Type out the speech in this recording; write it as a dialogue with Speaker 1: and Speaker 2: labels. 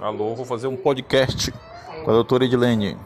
Speaker 1: Alô, vou fazer um podcast com a doutora Edilene.